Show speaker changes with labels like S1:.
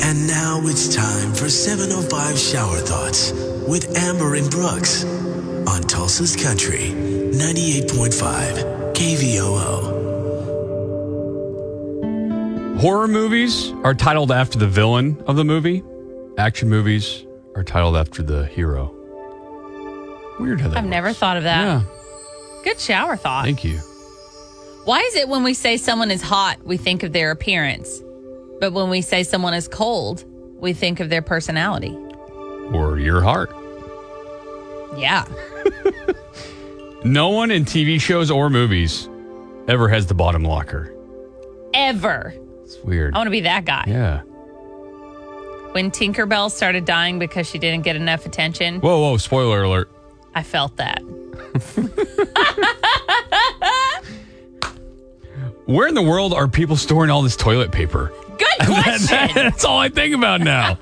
S1: And now it's time for 705 Shower Thoughts with Amber and Brooks on Tulsa's Country 98.5 KVOO.
S2: Horror movies are titled after the villain of the movie. Action movies are titled after the hero. Weird how that
S3: I've
S2: works.
S3: never thought of that.
S2: Yeah,
S3: Good shower thought.
S2: thank you.
S3: Why is it when we say someone is hot, we think of their appearance, but when we say someone is cold, we think of their personality?
S2: Or your heart.
S3: Yeah.
S2: No one in TV shows or movies ever has the bottom locker.
S3: Ever.
S2: It's weird.
S3: I want to be that guy.
S2: yeah.
S3: When Tinkerbell started dying because she didn't get enough attention,
S2: Whoa, whoa! Spoiler alert.
S3: I felt that.
S2: Where in the world are people storing all this toilet paper?
S3: Good question.
S2: That's all I think about now.